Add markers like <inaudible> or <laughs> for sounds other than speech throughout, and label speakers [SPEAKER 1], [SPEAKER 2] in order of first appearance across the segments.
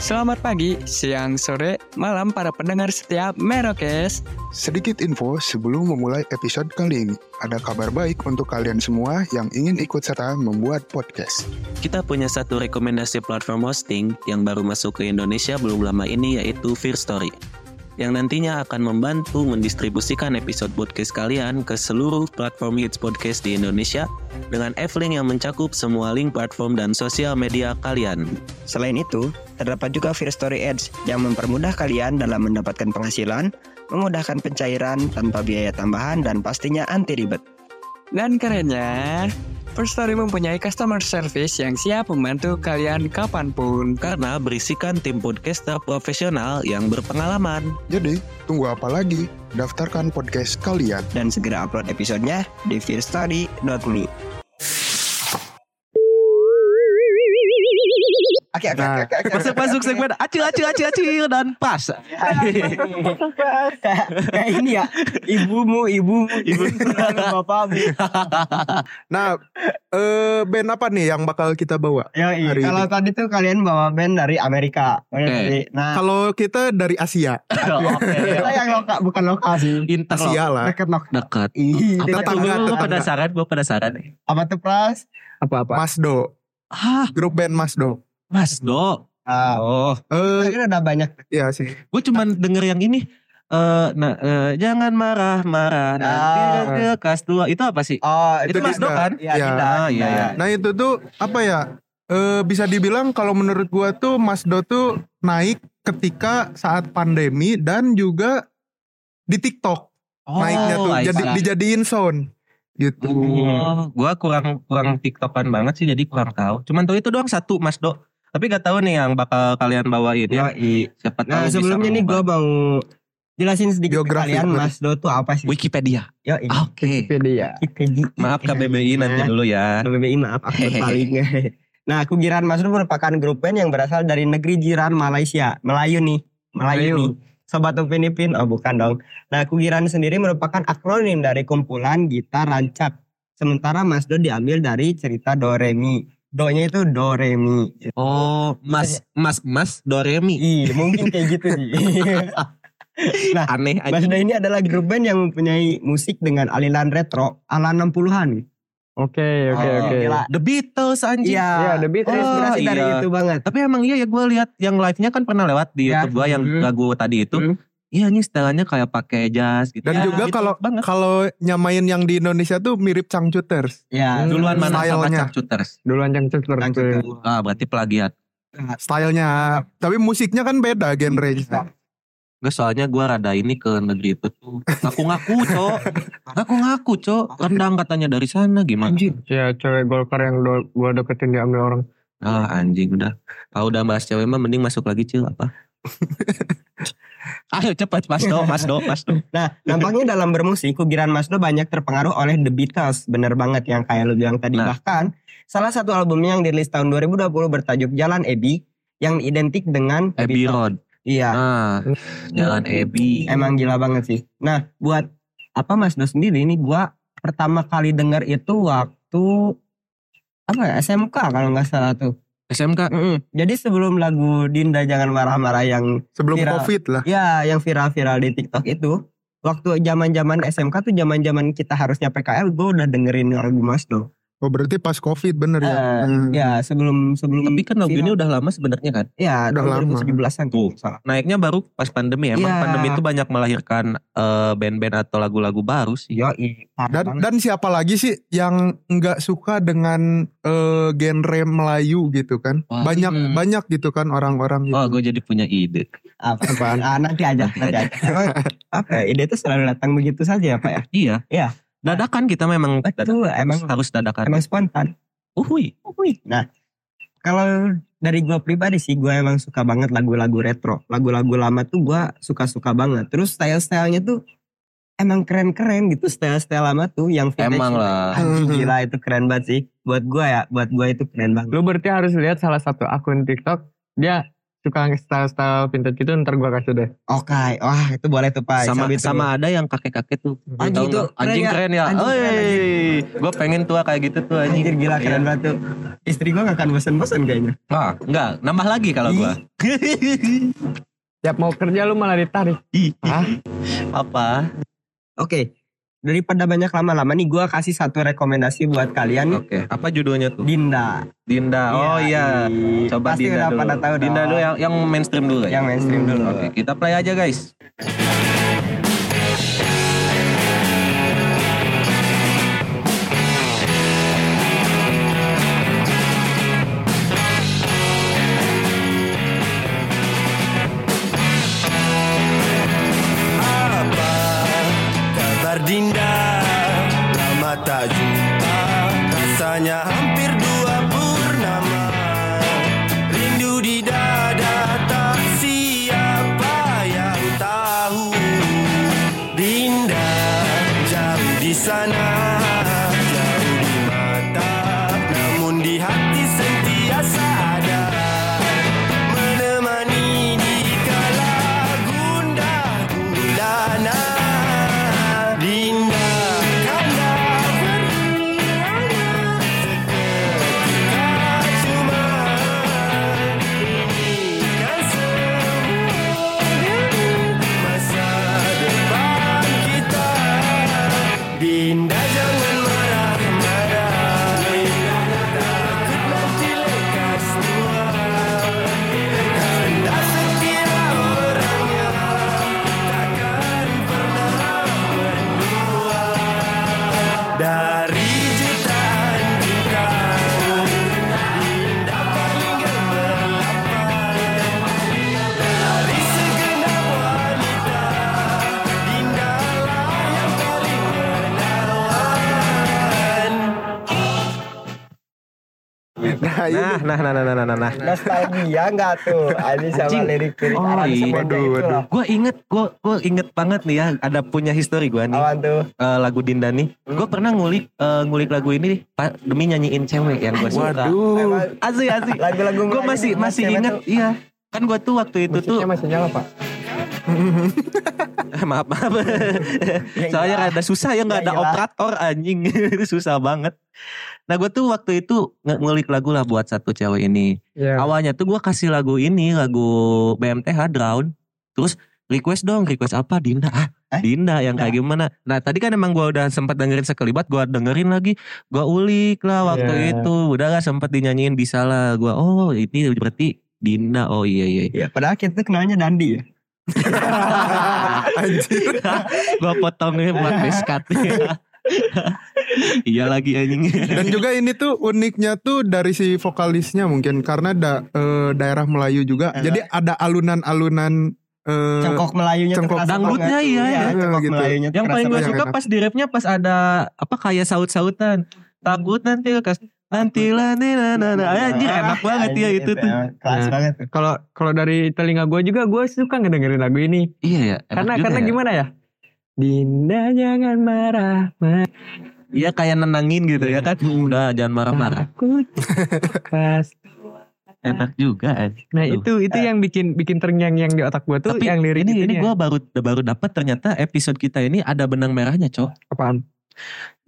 [SPEAKER 1] Selamat pagi, siang, sore, malam para pendengar setiap Merokes.
[SPEAKER 2] Sedikit info sebelum memulai episode kali ini. Ada kabar baik untuk kalian semua yang ingin ikut serta membuat podcast.
[SPEAKER 3] Kita punya satu rekomendasi platform hosting yang baru masuk ke Indonesia belum lama ini yaitu Fear Story yang nantinya akan membantu mendistribusikan episode podcast kalian ke seluruh platform hits podcast di Indonesia dengan F-Link yang mencakup semua link platform dan sosial media kalian.
[SPEAKER 4] Selain itu, terdapat juga Fear Story Ads yang mempermudah kalian dalam mendapatkan penghasilan, memudahkan pencairan tanpa biaya tambahan dan pastinya anti ribet.
[SPEAKER 1] Dan kerennya, First Story mempunyai customer service yang siap membantu kalian kapanpun.
[SPEAKER 3] Karena berisikan tim podcaster profesional yang berpengalaman.
[SPEAKER 2] Jadi, tunggu apa lagi? Daftarkan podcast kalian.
[SPEAKER 4] Dan segera upload episodenya di fearstory.me. Oke, oke,
[SPEAKER 2] Nah.
[SPEAKER 4] oke, oke.
[SPEAKER 5] Masuk masuk segmen acil acil acil acil dan pas. Iya.
[SPEAKER 4] Kayak ini ya, ibumu, ibumu, ibu bapakmu.
[SPEAKER 6] Nah, eh band apa nih yang bakal kita bawa?
[SPEAKER 4] Yo,
[SPEAKER 6] Hari
[SPEAKER 4] kalau tadi tuh kalian bawa band dari Amerika. Kalian
[SPEAKER 5] Oke.
[SPEAKER 4] dari- Nah,
[SPEAKER 6] Kalau kita dari Asia,
[SPEAKER 4] kita yang lokal bukan lokal sih. Iya,
[SPEAKER 5] Interlok
[SPEAKER 6] Asia lah.
[SPEAKER 4] Dekat lokal.
[SPEAKER 5] dekat.
[SPEAKER 4] Ih,
[SPEAKER 5] Apa
[SPEAKER 4] dekat
[SPEAKER 5] tuh?
[SPEAKER 6] Tetangga,
[SPEAKER 4] lokal.
[SPEAKER 5] Gue
[SPEAKER 6] tetangga.
[SPEAKER 5] penasaran, gue penasaran.
[SPEAKER 4] Apa tuh Pras?
[SPEAKER 5] Apa-apa?
[SPEAKER 6] Masdo,
[SPEAKER 5] Hah,
[SPEAKER 6] grup band Masdo.
[SPEAKER 5] Mas Do.
[SPEAKER 4] Ah,
[SPEAKER 5] Oh,
[SPEAKER 6] Eh,
[SPEAKER 4] kan udah banyak.
[SPEAKER 6] ya sih.
[SPEAKER 5] gue cuman denger yang ini. Eh, nah, eh, jangan marah-marah nanti
[SPEAKER 4] Ah.
[SPEAKER 5] ada kelas dua itu apa sih?
[SPEAKER 4] Oh,
[SPEAKER 5] Itu Mas Do kan?
[SPEAKER 4] Iya,
[SPEAKER 6] Ya.
[SPEAKER 4] Dinda,
[SPEAKER 5] Ah, iya,
[SPEAKER 4] Dinda.
[SPEAKER 5] iya.
[SPEAKER 6] Nah itu tuh apa ya? Eh bisa dibilang kalau menurut gua tuh Masdo tuh naik ketika saat pandemi dan juga di TikTok
[SPEAKER 5] Oh,
[SPEAKER 6] naiknya tuh
[SPEAKER 5] I
[SPEAKER 6] jadi
[SPEAKER 5] see.
[SPEAKER 6] dijadiin sound gitu.
[SPEAKER 5] Oh, gua kurang kurang tiktokan banget sih jadi kurang tahu. Cuman tuh itu doang satu Mas Do. Tapi gak tahu nih yang bakal kalian bawain ya. Siapa tahu
[SPEAKER 4] Nah,
[SPEAKER 5] bisa
[SPEAKER 4] sebelumnya nih
[SPEAKER 5] mengubah.
[SPEAKER 4] gue mau jelasin sedikit ke
[SPEAKER 6] Biografi.
[SPEAKER 4] kalian Mas Do tuh apa sih?
[SPEAKER 5] Wikipedia.
[SPEAKER 4] Yo,
[SPEAKER 5] Oke.
[SPEAKER 4] Wikipedia.
[SPEAKER 5] Ah.
[SPEAKER 4] Eh.
[SPEAKER 5] Maaf KBBI nanti dulu ya.
[SPEAKER 4] KBBI maaf, aku berpaling. <laughs> nah, Kugiran Mas Do merupakan grup band yang berasal dari negeri jiran Malaysia, Melayu nih, Melayu.
[SPEAKER 5] Melayu.
[SPEAKER 4] nih. Sobat Upin Ipin, oh bukan dong. Nah, Kugiran sendiri merupakan akronim dari kumpulan gitar rancak. Sementara Mas Do diambil dari cerita Doremi. Do-nya itu Doremi.
[SPEAKER 5] Oh, Mas Mas Mas Doremi.
[SPEAKER 4] Ih, mungkin kayak gitu sih.
[SPEAKER 5] Aneh
[SPEAKER 4] Mas
[SPEAKER 5] aja.
[SPEAKER 4] Do ini adalah grup band yang mempunyai musik dengan aliran retro ala 60-an.
[SPEAKER 1] Oke,
[SPEAKER 5] oke, oke.
[SPEAKER 4] Gila.
[SPEAKER 5] The Beatles anjing.
[SPEAKER 4] Iya.
[SPEAKER 1] The Beatles.
[SPEAKER 4] Terinspirasi
[SPEAKER 5] Oh,
[SPEAKER 4] dari
[SPEAKER 5] iya.
[SPEAKER 4] itu banget.
[SPEAKER 5] Tapi emang iya ya gue lihat yang live-nya kan pernah lewat di
[SPEAKER 4] Ya.
[SPEAKER 5] YouTube gua yang
[SPEAKER 4] Hmm.
[SPEAKER 5] lagu tadi itu.
[SPEAKER 4] Hmm.
[SPEAKER 5] Iya ini setelannya kayak pakai jas gitu.
[SPEAKER 6] Dan
[SPEAKER 5] Ya,
[SPEAKER 6] juga
[SPEAKER 5] gitu
[SPEAKER 6] kalau
[SPEAKER 5] banget.
[SPEAKER 6] kalau nyamain yang di Indonesia tuh mirip Cangcuters.
[SPEAKER 4] Ya.
[SPEAKER 5] duluan mana sama
[SPEAKER 6] stylenya.
[SPEAKER 5] Chuck Shooters.
[SPEAKER 1] Duluan yang
[SPEAKER 4] Orang juga.
[SPEAKER 5] Ah berarti plagiat.
[SPEAKER 6] Nah, Stylenya, tapi musiknya kan beda genre.
[SPEAKER 5] Gue soalnya gue rada ini ke negeri itu tuh ngaku-ngaku cok, ngaku-ngaku cok, rendang katanya dari sana gimana?
[SPEAKER 7] Iya,
[SPEAKER 1] Ya, cewek Golkar yang gua deketin diambil orang.
[SPEAKER 5] Ah anjing udah, kalau udah bahas cewek mah mending masuk lagi cil apa? Ayo cepat mas do, mas do, mas do.
[SPEAKER 4] Nah, nampaknya dalam bermusik, kugiran Mas Do banyak terpengaruh oleh The Beatles. Bener banget yang kayak lu bilang tadi.
[SPEAKER 5] Nah.
[SPEAKER 4] Bahkan, salah satu albumnya yang dirilis tahun 2020 bertajuk Jalan Ebi, yang identik dengan The
[SPEAKER 5] Abbey
[SPEAKER 4] Beatles.
[SPEAKER 5] Road.
[SPEAKER 4] Iya,
[SPEAKER 5] Ah, jalan Ebi.
[SPEAKER 4] emang gila banget sih. Nah, buat apa Mas Do sendiri ini gua pertama kali denger itu waktu apa ya, SMK kalau nggak salah tuh.
[SPEAKER 5] SMK.
[SPEAKER 4] Mm-mm. Jadi sebelum lagu Dinda Jangan Marah-Marah yang
[SPEAKER 6] Sebelum
[SPEAKER 4] Viral.
[SPEAKER 6] Covid lah.
[SPEAKER 4] ya yang viral-viral di TikTok itu, waktu zaman-zaman SMK tuh zaman-zaman kita harusnya PKL, gue udah dengerin lagu Mas Do.
[SPEAKER 6] Oh berarti pas Covid bener ya?
[SPEAKER 4] Eh,
[SPEAKER 6] Hmm.
[SPEAKER 5] iya.
[SPEAKER 4] Ya sebelum sebelum
[SPEAKER 5] Tapi kan lagu ini
[SPEAKER 4] viral.
[SPEAKER 5] udah lama sebenarnya kan.
[SPEAKER 4] ya
[SPEAKER 6] udah lama.
[SPEAKER 4] 2017-an tuh.
[SPEAKER 5] Tuh.
[SPEAKER 4] salah.
[SPEAKER 5] Naiknya baru pas pandemi. ya. Emang
[SPEAKER 4] Iya.
[SPEAKER 5] pandemi itu banyak melahirkan eh, band-band atau lagu-lagu baru sih.
[SPEAKER 4] Yo, i, parah
[SPEAKER 6] Dan
[SPEAKER 4] banget.
[SPEAKER 6] dan siapa lagi sih yang nggak suka dengan eh, genre Melayu gitu kan?
[SPEAKER 5] Wah.
[SPEAKER 6] banyak
[SPEAKER 5] Hmm.
[SPEAKER 6] banyak gitu kan orang-orang gitu.
[SPEAKER 5] Oh, gue jadi punya ide.
[SPEAKER 4] apa Ah, nanti aja nanti
[SPEAKER 6] <laughs>
[SPEAKER 4] aja. Emang, apa ya, ide itu selalu datang begitu saja ya Pak ya.
[SPEAKER 5] Iya.
[SPEAKER 4] Iya.
[SPEAKER 5] Dadakan kita memang dadakan.
[SPEAKER 4] Itu emang
[SPEAKER 5] harus dadakan.
[SPEAKER 4] emang spontan.
[SPEAKER 5] Uhuy.
[SPEAKER 4] Wih, Nah, kalau dari gua pribadi sih, gua emang suka banget lagu-lagu retro. Lagu-lagu lama tuh gua suka-suka banget. Terus style-stylenya tuh emang keren-keren gitu. Style-style lama tuh yang vintage.
[SPEAKER 5] Emang lah.
[SPEAKER 4] Anjing, Gila itu keren banget sih. Buat gua ya, buat gua itu keren banget.
[SPEAKER 1] Lu berarti harus lihat salah satu akun TikTok, dia
[SPEAKER 7] suka style-style vintage gitu ntar gua kasih deh.
[SPEAKER 4] Oke, wah itu boleh tuh Pak.
[SPEAKER 5] sama
[SPEAKER 4] Sabi tuh.
[SPEAKER 5] sama ada yang kakek-kakek tuh.
[SPEAKER 4] Anjing
[SPEAKER 5] Tahu
[SPEAKER 4] itu
[SPEAKER 5] nggak?
[SPEAKER 4] keren
[SPEAKER 5] anjing
[SPEAKER 4] nggak?
[SPEAKER 5] keren ya.
[SPEAKER 4] Anjing keren,
[SPEAKER 5] Oi, gue pengen tua kayak gitu tuh anjing.
[SPEAKER 4] Anjir gila keren banget tuh. Istri gua gak akan bosen-bosen kayaknya.
[SPEAKER 5] Wah, enggak, nambah lagi kalau gua.
[SPEAKER 7] Tiap mau kerja lu malah ditarik.
[SPEAKER 5] Apa?
[SPEAKER 4] Oke. Daripada banyak lama-lama nih gua kasih satu rekomendasi buat kalian
[SPEAKER 5] Oke, apa judulnya tuh?
[SPEAKER 4] Dinda.
[SPEAKER 5] Dinda. Oh iya.
[SPEAKER 4] di-
[SPEAKER 5] Coba
[SPEAKER 4] Pasti udah
[SPEAKER 5] Dinda dulu.
[SPEAKER 4] pada tahu
[SPEAKER 5] Dinda dulu yang yang mainstream dulu ya.
[SPEAKER 4] yang mainstream dulu.
[SPEAKER 5] Oke, kita play aja guys.
[SPEAKER 8] Apa kabar Dinda? Lama tak jumpa Rasanya hampir dua purnama Rindu di dada tak siapa yang tahu Dinda jauh di sana Jauh di mata Namun di hati sentiasa ada Menemani di kala gunda gulana Dinda kala beriana Seketika cuma Ini kan semuanya Masa depan kita Dinda jangan marah-marah Takut nanti lekas tua tak sekira orangnya takkan pernah berdua dari jutaan bintang indah paling gemerlapan dari segenap wanita indahlah yang paling menawan.
[SPEAKER 2] Nah, ini
[SPEAKER 5] Nah, nah, nah, nah, nah, nah, nah.
[SPEAKER 4] Nostalgia enggak tuh? Ini sama
[SPEAKER 5] Anjing.
[SPEAKER 4] lirik-lirik
[SPEAKER 5] Oh,
[SPEAKER 4] Arab
[SPEAKER 5] iya.
[SPEAKER 4] semuanya
[SPEAKER 6] Waduh,
[SPEAKER 4] itu loh.
[SPEAKER 5] Gue inget, gue gue inget banget nih ya. Ada punya histori gue nih.
[SPEAKER 4] Awan tuh.
[SPEAKER 5] eh, lagu Dinda nih. Gue pernah ngulik eh, ngulik lagu ini pa- demi nyanyiin cewek yang gue suka.
[SPEAKER 6] Waduh.
[SPEAKER 5] Uh, Asik asik.
[SPEAKER 4] Lagu-lagu
[SPEAKER 5] Gue
[SPEAKER 4] Melayu
[SPEAKER 5] masih
[SPEAKER 4] sama
[SPEAKER 5] masih
[SPEAKER 4] cewek
[SPEAKER 5] inget.
[SPEAKER 4] tuh.
[SPEAKER 5] Iya. Kan gue tuh waktu itu <laughs> tuh
[SPEAKER 7] Musiknya masih nyala pak.
[SPEAKER 5] maaf maaf.
[SPEAKER 4] Ya
[SPEAKER 5] Soalnya
[SPEAKER 4] iyalah.
[SPEAKER 5] rada susah ya nggak
[SPEAKER 4] Ya
[SPEAKER 5] ada
[SPEAKER 4] iyalah.
[SPEAKER 5] operator anjing. <laughs> Itu susah banget. Nah gue tuh waktu itu nge- ngulik lagu lah buat satu cewek ini.
[SPEAKER 7] Iya.
[SPEAKER 5] Awalnya tuh gue kasih lagu ini, lagu BMTH Drown. Terus request dong, request apa Dinda? Ah,
[SPEAKER 4] Eh?
[SPEAKER 5] Dinda yang kayak gimana? Nah tadi kan emang gue udah sempat dengerin sekelibat, gue dengerin lagi, gue ulik lah waktu
[SPEAKER 7] Iya.
[SPEAKER 5] itu, udah lah sempat dinyanyiin bisa lah, gue oh ini berarti Dinda, oh iya <laughs>
[SPEAKER 4] Ya,
[SPEAKER 5] iya,
[SPEAKER 4] padahal kita tuh kenalnya Dandi ya.
[SPEAKER 5] Hmm. gue potongnya ya buat meskat. <laughs> iya lagi anjing.
[SPEAKER 4] <laughs>
[SPEAKER 6] Dan juga ini tuh uniknya tuh dari si vokalisnya mungkin karena da- eh, daerah Melayu juga.
[SPEAKER 4] Daerah.
[SPEAKER 6] Jadi ada alunan-alunan eh,
[SPEAKER 4] Cengkok Melayunya
[SPEAKER 6] cengkok
[SPEAKER 4] terasa
[SPEAKER 5] Dangdutnya
[SPEAKER 4] banget.
[SPEAKER 5] iya,
[SPEAKER 4] Iya,
[SPEAKER 5] ya.
[SPEAKER 4] Cengkok
[SPEAKER 6] Gitu.
[SPEAKER 4] Melayunya
[SPEAKER 5] Yang
[SPEAKER 4] terasa
[SPEAKER 5] paling gue
[SPEAKER 6] banget.
[SPEAKER 5] suka
[SPEAKER 6] Yang
[SPEAKER 5] pas di rapnya pas ada apa kayak saut-sautan. Takut nanti lekas nanti lah nih nah, nah,
[SPEAKER 4] Iya,
[SPEAKER 5] nah. Ay, Anjir enak banget ya itu tuh. gitu.
[SPEAKER 4] Kelas
[SPEAKER 7] Nah.
[SPEAKER 4] Iya, banget tuh.
[SPEAKER 7] Kalau kalau dari telinga gue juga gue suka ngedengerin lagu ini.
[SPEAKER 5] Iya ya. enak
[SPEAKER 7] karena
[SPEAKER 5] juga
[SPEAKER 7] karena
[SPEAKER 5] ya.
[SPEAKER 7] gimana ya? Dinda jangan marah, marah
[SPEAKER 5] Iya kayak nenangin gitu ya kan. Udah jangan marah-marah.
[SPEAKER 7] aku. Pas.
[SPEAKER 5] Enak juga. anjir.
[SPEAKER 7] Nah
[SPEAKER 5] Tuh.
[SPEAKER 7] itu itu
[SPEAKER 4] Iya.
[SPEAKER 7] yang bikin bikin terngiang yang di otak gue tuh
[SPEAKER 5] Tapi
[SPEAKER 7] yang gitu lirik
[SPEAKER 5] ini ini
[SPEAKER 7] itunya.
[SPEAKER 5] gue baru baru dapat ternyata episode kita ini ada benang merahnya cok.
[SPEAKER 7] apaan?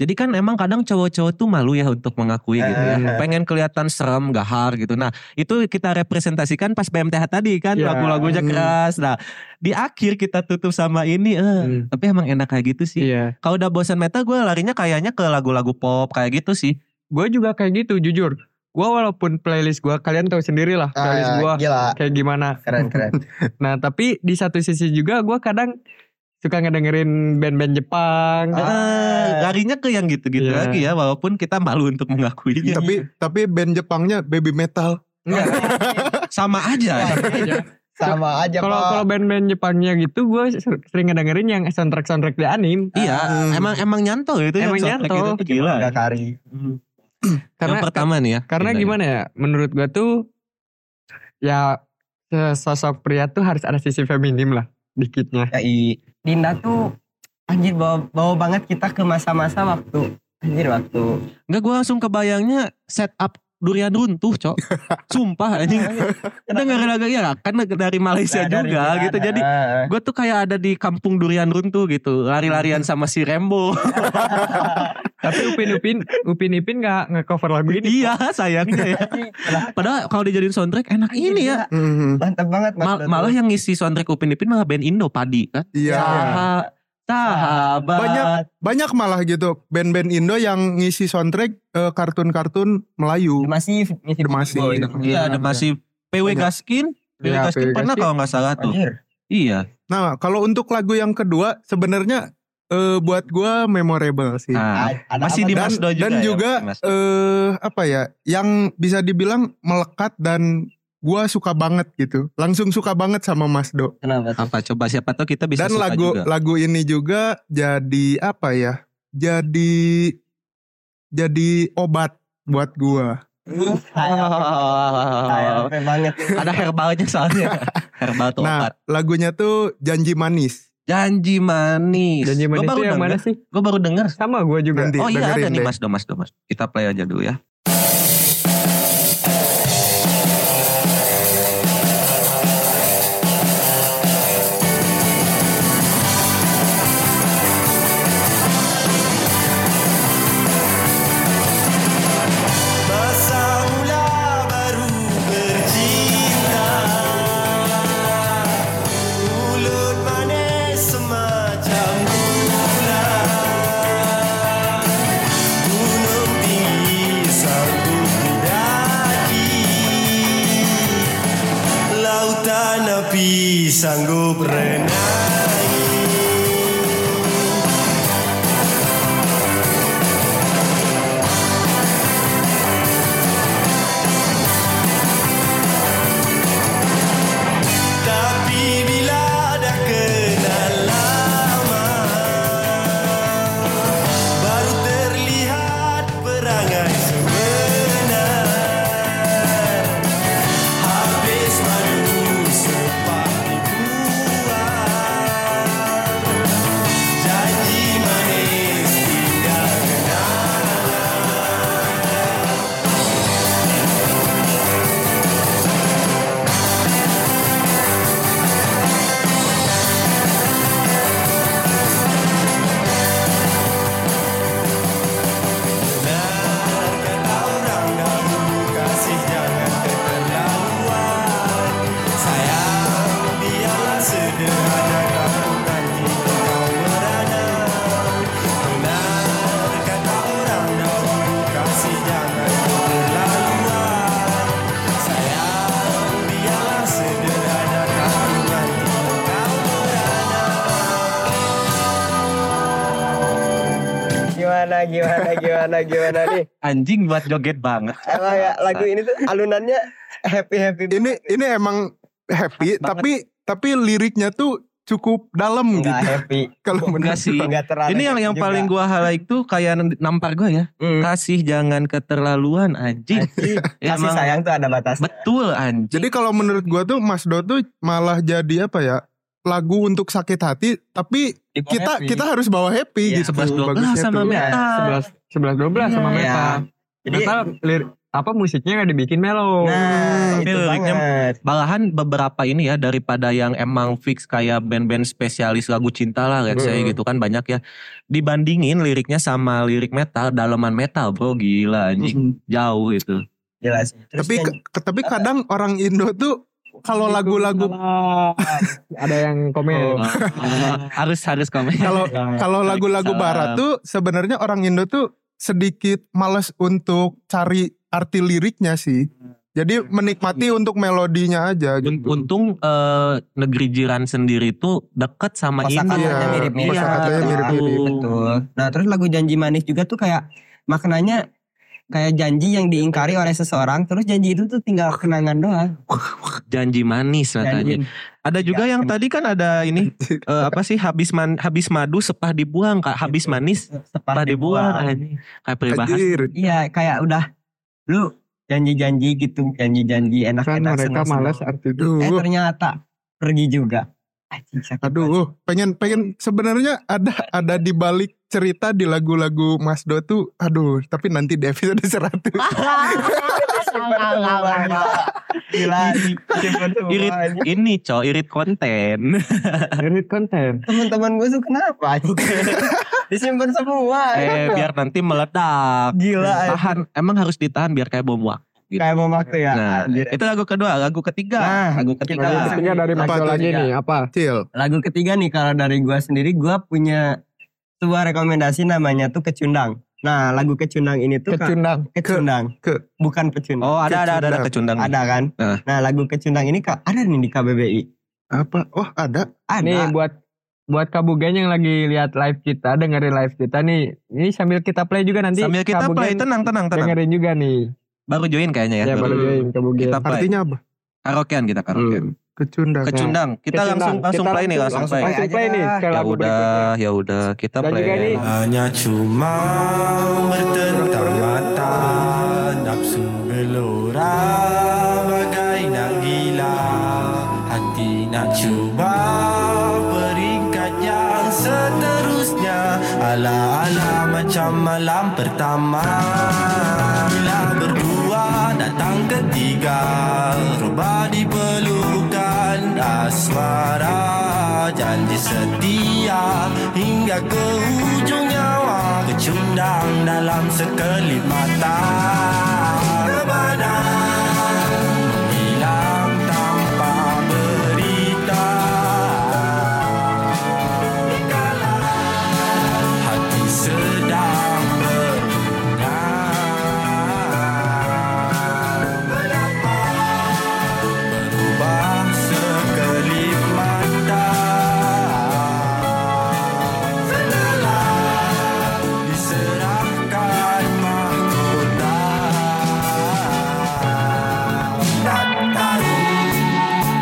[SPEAKER 5] Jadi kan emang kadang cowok-cowok tuh malu ya untuk mengakui gitu ya.
[SPEAKER 7] Iya.
[SPEAKER 4] Eh,
[SPEAKER 5] Pengen kelihatan serem, gahar gitu. Nah itu kita representasikan pas BMTH tadi kan.
[SPEAKER 7] Ya.
[SPEAKER 5] Lagu-lagunya
[SPEAKER 6] Hmm.
[SPEAKER 5] keras. Nah di akhir kita tutup sama ini. eh,
[SPEAKER 7] Hmm,
[SPEAKER 5] Tapi emang enak kayak gitu sih.
[SPEAKER 7] Iya.
[SPEAKER 5] Kalau udah bosan metal gue larinya kayaknya ke lagu-lagu pop kayak gitu sih.
[SPEAKER 7] Gue juga kayak gitu jujur. Gue walaupun playlist gue kalian tahu sendiri lah playlist gue
[SPEAKER 4] Ah, Gila,
[SPEAKER 7] kayak gimana.
[SPEAKER 4] keren keren.
[SPEAKER 7] Nah tapi di satu sisi juga gue kadang suka ngedengerin band-band Jepang.
[SPEAKER 5] <laughs>
[SPEAKER 4] <laughs>
[SPEAKER 5] Eh, larinya ke yang gitu-gitu
[SPEAKER 7] Ah. Iya.
[SPEAKER 5] lagi ya walaupun kita malu untuk mengakuinya.
[SPEAKER 6] tapi tapi band Jepangnya baby metal.
[SPEAKER 5] sama aja.
[SPEAKER 4] Sama aja
[SPEAKER 7] Kalau kalau
[SPEAKER 4] Pak.
[SPEAKER 7] band-band Jepangnya gitu gue sering ngedengerin yang soundtrack soundtrack di anime.
[SPEAKER 5] iya, emang emang nyantol itu
[SPEAKER 7] Emang
[SPEAKER 5] yang soundtrack
[SPEAKER 7] nyantol. gitu.
[SPEAKER 5] itu tuh gila.
[SPEAKER 4] Gak kari.
[SPEAKER 5] Hmm.
[SPEAKER 7] Karena
[SPEAKER 5] yang pertama nih ya.
[SPEAKER 7] karena
[SPEAKER 4] Iya,
[SPEAKER 5] Gila ya.
[SPEAKER 7] gimana ya? Menurut gue tuh ya sosok pria tuh harus ada sisi feminim lah dikitnya.
[SPEAKER 4] Ya, i- Dinda tuh anjir bawa, bawa banget kita ke masa-masa waktu anjir waktu
[SPEAKER 5] Enggak gue langsung kebayangnya setup durian runtuh, Cok. Sumpah anjing. Dengar lagu ya kan dari Malaysia juga
[SPEAKER 4] kan.
[SPEAKER 5] gitu. Jadi gue tuh kayak ada di kampung durian runtuh gitu. Lari-larian sama si Rembo.
[SPEAKER 7] Tapi Upin
[SPEAKER 4] <laughs>
[SPEAKER 7] Upin Upin Ipin nggak ngecover lagu ini.
[SPEAKER 5] <laughs> iya, sayangnya ya. Padahal kalau dijadiin soundtrack enak
[SPEAKER 4] Iya,
[SPEAKER 5] ini ya.
[SPEAKER 6] Mhm.
[SPEAKER 4] mantap banget Mas
[SPEAKER 5] Mal-
[SPEAKER 4] Dodo.
[SPEAKER 5] malah yang ngisi soundtrack Upin Ipin malah band Indo Padi kan.
[SPEAKER 6] Iya.
[SPEAKER 5] Saha- Sahabat.
[SPEAKER 6] Banyak banyak malah gitu band-band Indo yang ngisi soundtrack eh, kartun-kartun Melayu.
[SPEAKER 4] Eh, masih masih
[SPEAKER 6] Masih.
[SPEAKER 5] Iya, ada masih PW
[SPEAKER 6] Banyak.
[SPEAKER 5] Gaskin. PW
[SPEAKER 7] Iya,
[SPEAKER 5] Gaskin
[SPEAKER 7] PW
[SPEAKER 5] pernah
[SPEAKER 7] Gaskin.
[SPEAKER 5] kalau nggak salah tuh. Iya.
[SPEAKER 6] Nah, kalau untuk lagu yang kedua sebenarnya eh, buat gua memorable sih.
[SPEAKER 5] Nah, masih di
[SPEAKER 6] dan,
[SPEAKER 5] Mas Do juga
[SPEAKER 6] dan
[SPEAKER 5] ya,
[SPEAKER 6] juga
[SPEAKER 5] Mas.
[SPEAKER 6] eh apa ya yang bisa dibilang melekat dan gua suka banget gitu langsung suka banget sama Mas Do
[SPEAKER 4] kenapa tuh?
[SPEAKER 5] apa coba siapa tahu kita bisa
[SPEAKER 6] dan
[SPEAKER 5] suka
[SPEAKER 6] lagu
[SPEAKER 5] juga.
[SPEAKER 6] lagu ini juga jadi apa ya jadi jadi obat buat gua
[SPEAKER 4] Sayang Ah, ya, banget
[SPEAKER 5] ada herbalnya <laughs> soalnya herbal tuh
[SPEAKER 6] nah
[SPEAKER 5] obat
[SPEAKER 6] lagunya tuh janji manis
[SPEAKER 5] janji manis
[SPEAKER 7] Janji
[SPEAKER 5] Gua
[SPEAKER 7] manis
[SPEAKER 5] baru
[SPEAKER 7] itu yang mana
[SPEAKER 5] denger.
[SPEAKER 7] sih?
[SPEAKER 5] gue baru dengar
[SPEAKER 7] Sama gue juga.
[SPEAKER 6] Nanti
[SPEAKER 5] oh iya ada
[SPEAKER 6] dengerin
[SPEAKER 5] nih
[SPEAKER 6] deh.
[SPEAKER 5] mas do mas do mas kita play aja dulu ya
[SPEAKER 8] Masa mula baru bercinta Mulut manis semacam gula Gunung tinggi sanggup didaki Lautan api sanggup renangi Tapi bila dah kenal lama Baru terlihat perangai sebenar Habis madu sepah dibuang Janji manis tidak Kata orang dahulu kasih jangan keterlaluan Sayang biarlah sederhana Kamu nanti kau merana Benar kata orang dahulu kasih jangan keterlaluan Sayang biarlah sederhana Kamu nanti kau merana
[SPEAKER 4] gimana gimana gimana gimana nih
[SPEAKER 5] anjing buat joget banget
[SPEAKER 4] emang ya lagu ini tuh alunannya happy happy
[SPEAKER 6] ini ini emang happy tapi tapi liriknya tuh cukup dalam
[SPEAKER 4] nggak
[SPEAKER 6] gitu
[SPEAKER 4] happy
[SPEAKER 6] kalau
[SPEAKER 4] <laughs>
[SPEAKER 5] enggak
[SPEAKER 6] menurut
[SPEAKER 5] sih
[SPEAKER 6] gua.
[SPEAKER 4] nggak terlalu
[SPEAKER 5] ini yang yang paling gua halaik tuh kayak nampar gua ya kasih jangan keterlaluan anjing
[SPEAKER 4] kasih
[SPEAKER 5] Ya, emang
[SPEAKER 4] sayang tuh ada batas
[SPEAKER 5] betul anjing
[SPEAKER 6] Jadi kalau menurut gua tuh Mas Do tuh malah jadi apa ya? Lagu untuk sakit hati tapi kita kita harus bawa happy
[SPEAKER 4] Iya,
[SPEAKER 6] gitu.
[SPEAKER 5] sebelas dua belas
[SPEAKER 6] Bagusnya
[SPEAKER 5] sama
[SPEAKER 6] tuh.
[SPEAKER 5] meta
[SPEAKER 7] Sebelas sebelas dua belas sama
[SPEAKER 4] Iya.
[SPEAKER 7] mereka.
[SPEAKER 4] jadi
[SPEAKER 7] Meta lir- apa musiknya nggak dibikin melo.
[SPEAKER 4] nah itu
[SPEAKER 5] liriknya-
[SPEAKER 4] banget
[SPEAKER 5] Malahan beberapa ini ya daripada yang emang fix kayak band-band spesialis lagu cinta lah let's say gitu kan banyak ya. Dibandingin liriknya sama lirik metal, dalaman metal bro gila anjing. Jauh itu.
[SPEAKER 4] jelas Terus
[SPEAKER 6] Tapi
[SPEAKER 4] yang-
[SPEAKER 6] ke- tapi kadang orang Indo tuh kalau lagu-lagu
[SPEAKER 7] Salah. ada yang
[SPEAKER 4] Oh.
[SPEAKER 7] komen.
[SPEAKER 5] <laughs> harus harus komen.
[SPEAKER 6] kalau
[SPEAKER 5] ya,
[SPEAKER 6] kalau lagu-lagu barat tuh sebenarnya orang Indo tuh sedikit males untuk cari arti liriknya sih. Jadi menikmati untuk melodinya aja
[SPEAKER 5] Hmm. Iya, Un-
[SPEAKER 6] gitu.
[SPEAKER 5] Untung eh, negeri jiran sendiri tuh dekat sama ini.
[SPEAKER 4] Kosakatanya
[SPEAKER 6] Iya,
[SPEAKER 4] mirip-mirip.
[SPEAKER 6] kosakatanya
[SPEAKER 4] Iya,
[SPEAKER 6] mirip-mirip.
[SPEAKER 4] Betul. Nah terus lagu Janji Manis juga tuh kayak maknanya kayak janji yang diingkari oleh seseorang terus janji itu tuh tinggal kenangan doang
[SPEAKER 5] Janji manis katanya.
[SPEAKER 4] janji
[SPEAKER 5] Ada juga
[SPEAKER 4] Iya.
[SPEAKER 5] yang tadi kan ada ini eh, apa sih habis man, habis madu sepah dibuang kak habis manis sepah dibuang anjing. Kayak peribahasa
[SPEAKER 6] Anjir.
[SPEAKER 4] iya kayak udah lu janji-janji gitu janji-janji
[SPEAKER 7] Kan
[SPEAKER 4] enak-enak
[SPEAKER 7] mereka
[SPEAKER 4] senang-senang.
[SPEAKER 7] malas arti
[SPEAKER 6] <laughs>
[SPEAKER 7] itu.
[SPEAKER 4] eh
[SPEAKER 6] Duh.
[SPEAKER 4] ternyata pergi juga Anjing, sakit banget.
[SPEAKER 6] Aduh, pengen pengen sebenarnya ada ada di balik cerita di lagu-lagu Mas Do tuh, aduh, tapi nanti di episode 100.
[SPEAKER 4] <laughs> Gila di
[SPEAKER 5] Irit ini cow, irit konten.
[SPEAKER 7] Irit konten.
[SPEAKER 4] Teman-teman gue tuh kenapa? Disimpan semua.
[SPEAKER 5] eh biar nanti meledak.
[SPEAKER 4] Gila. eh.
[SPEAKER 5] Tahan, emang harus ditahan biar kayak bom waktu.
[SPEAKER 7] eh.
[SPEAKER 4] Kayak mau waktu ya.
[SPEAKER 5] Nah,
[SPEAKER 4] Anjir.
[SPEAKER 5] itu lagu kedua, lagu ketiga,
[SPEAKER 4] Nah,
[SPEAKER 5] lagu
[SPEAKER 4] lagu
[SPEAKER 5] ketiga.
[SPEAKER 7] Ketiga Iya, dari
[SPEAKER 4] Apa
[SPEAKER 7] Mas Jo
[SPEAKER 4] tuh?
[SPEAKER 7] lagi nih apa?
[SPEAKER 6] Cil.
[SPEAKER 4] Lagu ketiga nih kalau dari gua sendiri gua punya sebuah rekomendasi namanya tuh Kecundang. Nah, lagu Kecundang ini tuh Kak-
[SPEAKER 6] Kecundang. Ke,
[SPEAKER 4] Kecundang.
[SPEAKER 6] ke-
[SPEAKER 4] bukan Pecundang.
[SPEAKER 5] Oh ada ada ada, ada kecundang.
[SPEAKER 4] Ada kan?
[SPEAKER 5] Nah.
[SPEAKER 4] Nah, lagu Kecundang ini Kak ada nih di KBBI.
[SPEAKER 6] apa? Oh ada.
[SPEAKER 4] Ada.
[SPEAKER 7] Nih buat buat kabugen yang lagi lihat live kita, dengerin live kita nih. Ini sambil kita play juga nanti.
[SPEAKER 5] Sambil kita
[SPEAKER 7] Kabugen
[SPEAKER 5] play tenang tenang tenang.
[SPEAKER 7] Dengerin juga nih.
[SPEAKER 5] Baru join
[SPEAKER 4] Iya,
[SPEAKER 5] kayaknya ya.
[SPEAKER 7] Ya, baru
[SPEAKER 5] baru.
[SPEAKER 7] join Hmm. kabugen.
[SPEAKER 5] Kita play.
[SPEAKER 6] Artinya apa? kan?
[SPEAKER 5] Karaokean kita
[SPEAKER 4] Hmm.
[SPEAKER 5] karaokean.
[SPEAKER 6] Kecundang.
[SPEAKER 5] Kecundang. Kita
[SPEAKER 7] Kecundang.
[SPEAKER 5] langsung langsung
[SPEAKER 7] Kita
[SPEAKER 5] play nih langsung play.
[SPEAKER 7] Langsung play nih ke
[SPEAKER 5] Ya
[SPEAKER 7] lagu berikutnya.
[SPEAKER 5] udah, ya udah kita
[SPEAKER 7] Dan juga
[SPEAKER 5] play.
[SPEAKER 7] nih
[SPEAKER 8] Hanya cuma bertentang mata Nafsu gelora bagai nak gila Hati nak cuba peringkat yang seterusnya Ala-ala macam malam pertama Bila berdua datang ketiga Roba di pelukan asmara Janji setia hingga ke ujung nyawa Kecundang dalam sekelip mata Terbenang hilang tanpa berita Kala hati sedang berbunga Berubah sekelip mata Setelah diserahkan mahkota Tatarum,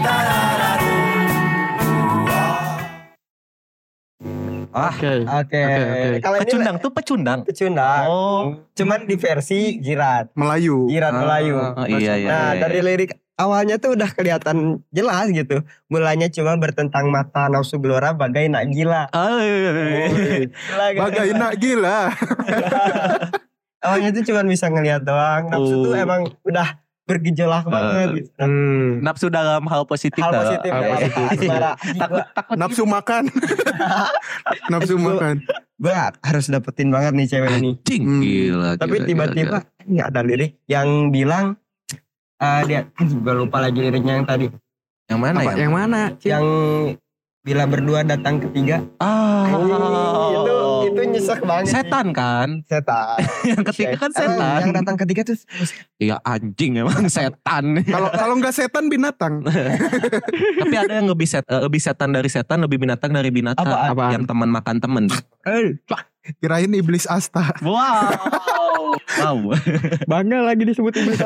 [SPEAKER 8] tarararum
[SPEAKER 7] Oke.
[SPEAKER 4] Oke.
[SPEAKER 7] Oke, oke.
[SPEAKER 4] Kalau ini
[SPEAKER 5] Kecundang tuh pecundang.
[SPEAKER 4] Kecundang.
[SPEAKER 5] Oh,
[SPEAKER 4] Cuman di versi Girat.
[SPEAKER 6] Melayu.
[SPEAKER 4] Girat Melayu.
[SPEAKER 5] oh, iya iya.
[SPEAKER 4] Nah,
[SPEAKER 5] iya.
[SPEAKER 4] dari lirik awalnya tuh udah kelihatan jelas gitu. Mulanya cuma bertentang mata nafsu gelora bagai nak gila.
[SPEAKER 5] Oh, Eh,
[SPEAKER 4] <laughs> Gila, gitu.
[SPEAKER 6] Bagai nak gila.
[SPEAKER 4] <laughs> Awalnya tuh cuma bisa ngelihat doang. Nafsu tuh
[SPEAKER 5] Oh. Eh,
[SPEAKER 4] emang udah bergejolak banget gitu.
[SPEAKER 7] Hmm.
[SPEAKER 5] nafsu dalam hal positif.
[SPEAKER 4] Hal
[SPEAKER 5] dah.
[SPEAKER 4] positif
[SPEAKER 5] Hal
[SPEAKER 4] ya,
[SPEAKER 5] positif.
[SPEAKER 4] <laughs> asmara.
[SPEAKER 5] Takut takut.
[SPEAKER 6] Nafsu makan. Nafsu makan.
[SPEAKER 4] Gue harus dapetin banget nih cewek
[SPEAKER 5] <laughs>
[SPEAKER 4] ini.
[SPEAKER 5] Cing,
[SPEAKER 6] Hmm.
[SPEAKER 5] gila,
[SPEAKER 4] Tapi
[SPEAKER 5] gila,
[SPEAKER 4] tiba-tiba
[SPEAKER 5] gila,
[SPEAKER 4] nggak ada lirik yang bilang eh dia gue lupa lagi liriknya yang tadi.
[SPEAKER 5] gila. yang mana
[SPEAKER 7] Apa,
[SPEAKER 5] ya?
[SPEAKER 7] yang mana? Cil?
[SPEAKER 4] Yang bila berdua datang ketiga.
[SPEAKER 5] Ah,
[SPEAKER 4] Iya, Itu itu nyesek banget. sih.
[SPEAKER 5] Oh. setan kan?
[SPEAKER 4] Setan.
[SPEAKER 5] Yang ketiga kan
[SPEAKER 4] Emang
[SPEAKER 5] setan.
[SPEAKER 4] Yang datang ketiga tuh
[SPEAKER 5] Iya anjing emang setan.
[SPEAKER 6] Kalau kalau nggak setan binatang.
[SPEAKER 5] Tapi ada yang lebih set, eh, lebih setan dari setan, lebih binatang dari binatang.
[SPEAKER 4] Apaan?
[SPEAKER 7] Apaan?
[SPEAKER 5] Yang teman makan temen.
[SPEAKER 6] Kirain iblis asta. <laughs>
[SPEAKER 5] Wow. wow.
[SPEAKER 7] Bangga lagi disebut iblis.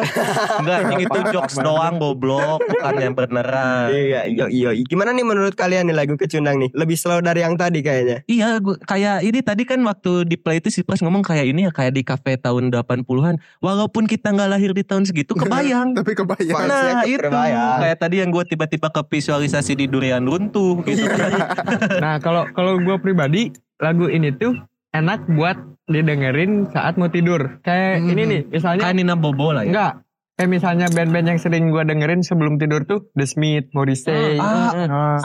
[SPEAKER 5] Enggak, anjing itu jokes doang goblok, bukan yang beneran.
[SPEAKER 4] Iya, iya, iya. Gimana nih menurut kalian nih lagu kecundang nih? Lebih slow dari yang tadi kayaknya.
[SPEAKER 5] Iya, gua, kayak ini tadi kan waktu di play itu si Pras ngomong kayak ini ya kayak di kafe tahun 80-an. Walaupun kita nggak lahir di tahun segitu
[SPEAKER 6] <laughs>
[SPEAKER 5] kebayang.
[SPEAKER 6] Tapi kebayang.
[SPEAKER 4] Vibes-nya
[SPEAKER 5] Nah
[SPEAKER 4] ke-
[SPEAKER 5] itu
[SPEAKER 4] terbayang.
[SPEAKER 5] kayak tadi yang gue tiba-tiba ke visualisasi di durian runtuh gitu kan.
[SPEAKER 7] <laughs> Nah kalau kalau gue pribadi lagu ini tuh enak buat didengerin saat mau tidur. Kayak
[SPEAKER 6] Hmm.
[SPEAKER 7] ini nih misalnya
[SPEAKER 5] Kayak Nina Bobo lah ya.
[SPEAKER 7] enggak. Kayak misalnya band-band yang sering gue dengerin sebelum tidur tuh The Smith, Morrissey,
[SPEAKER 6] Ah,
[SPEAKER 5] Ah,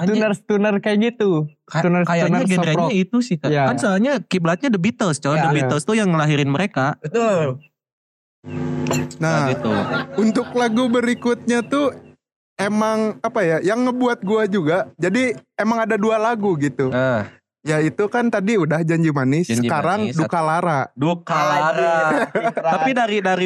[SPEAKER 5] anjing.
[SPEAKER 7] tuner tuner kayak gitu.
[SPEAKER 5] Ka-
[SPEAKER 7] Tuner-
[SPEAKER 5] kayaknya
[SPEAKER 7] tuner soft
[SPEAKER 5] genrenya
[SPEAKER 7] rock.
[SPEAKER 5] itu sih Kak.
[SPEAKER 7] Iya.
[SPEAKER 5] kan soalnya kiblatnya The Beatles coy
[SPEAKER 4] Iya.
[SPEAKER 5] The Beatles tuh yang ngelahirin mereka
[SPEAKER 4] Betul.
[SPEAKER 6] Nah,
[SPEAKER 5] gitu
[SPEAKER 6] untuk lagu berikutnya tuh emang apa ya? Yang ngebuat gua juga. Jadi emang ada dua lagu gitu.
[SPEAKER 5] nah
[SPEAKER 6] Yaitu kan tadi udah janji manis.
[SPEAKER 5] Janji
[SPEAKER 6] sekarang
[SPEAKER 5] Manis,
[SPEAKER 6] duka lara.
[SPEAKER 5] Dukalara tapi
[SPEAKER 4] Tapi
[SPEAKER 5] dari dari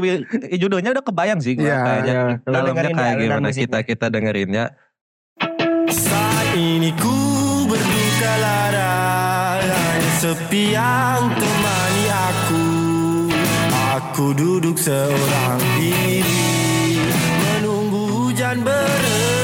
[SPEAKER 5] judulnya udah kebayang sih gua
[SPEAKER 6] Iya,
[SPEAKER 4] <laughs>
[SPEAKER 5] kayaknya
[SPEAKER 7] iya.
[SPEAKER 4] kan Lu
[SPEAKER 5] dalamnya
[SPEAKER 4] dengerin
[SPEAKER 5] kayak
[SPEAKER 4] deh, lu
[SPEAKER 5] gimana
[SPEAKER 4] dengerin
[SPEAKER 5] kita kita dengerin ya
[SPEAKER 8] Saat ini ku berduka lara Hanya sepi yang temani aku Aku duduk seorang diri Menunggu hujan berhenti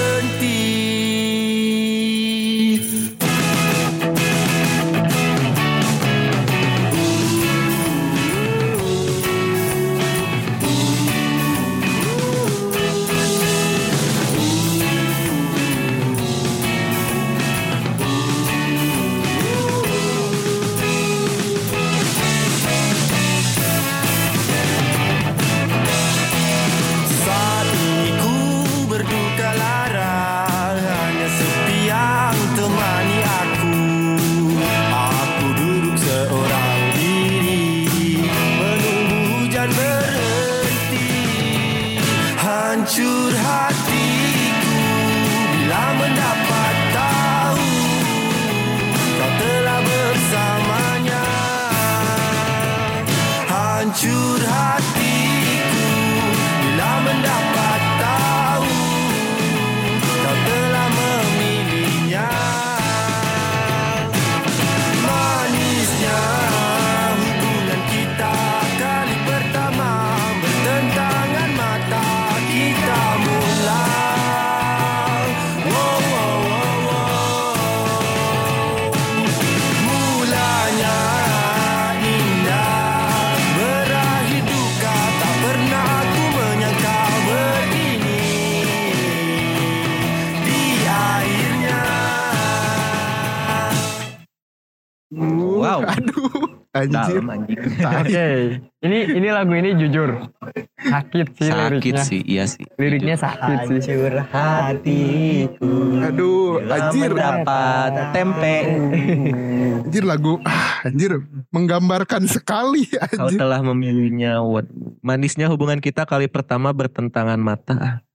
[SPEAKER 8] hancur hatiku bila mendapat tahu kau telah bersamanya hancur hatiku bila mendapat tahu kau telah memilihnya manisnya hubungan kita kali pertama bertentangan mata kita mulai wow, wow, wow, wow. Mulanya indah Berakhir duka Tak pernah aku menyangka Begini Di akhirnya
[SPEAKER 5] Wow.
[SPEAKER 6] <laughs> Aduh. Anjir.
[SPEAKER 5] Dalam anjing.
[SPEAKER 7] Oke, ini ini lagu ini jujur sakit sih
[SPEAKER 5] Sakit
[SPEAKER 7] liriknya.
[SPEAKER 5] sih, iya sih.
[SPEAKER 7] Liriknya sakit sih.
[SPEAKER 4] Hancur hatiku
[SPEAKER 6] Aduh,
[SPEAKER 4] bila
[SPEAKER 6] anjir.
[SPEAKER 4] mendapat tempe
[SPEAKER 6] Anjir lagu ah, anjir menggambarkan sekali <laughs>
[SPEAKER 5] Kau
[SPEAKER 6] anjir.
[SPEAKER 5] telah memilihnya. Wot. Manisnya hubungan kita kali pertama bertentangan mata.
[SPEAKER 4] <laughs>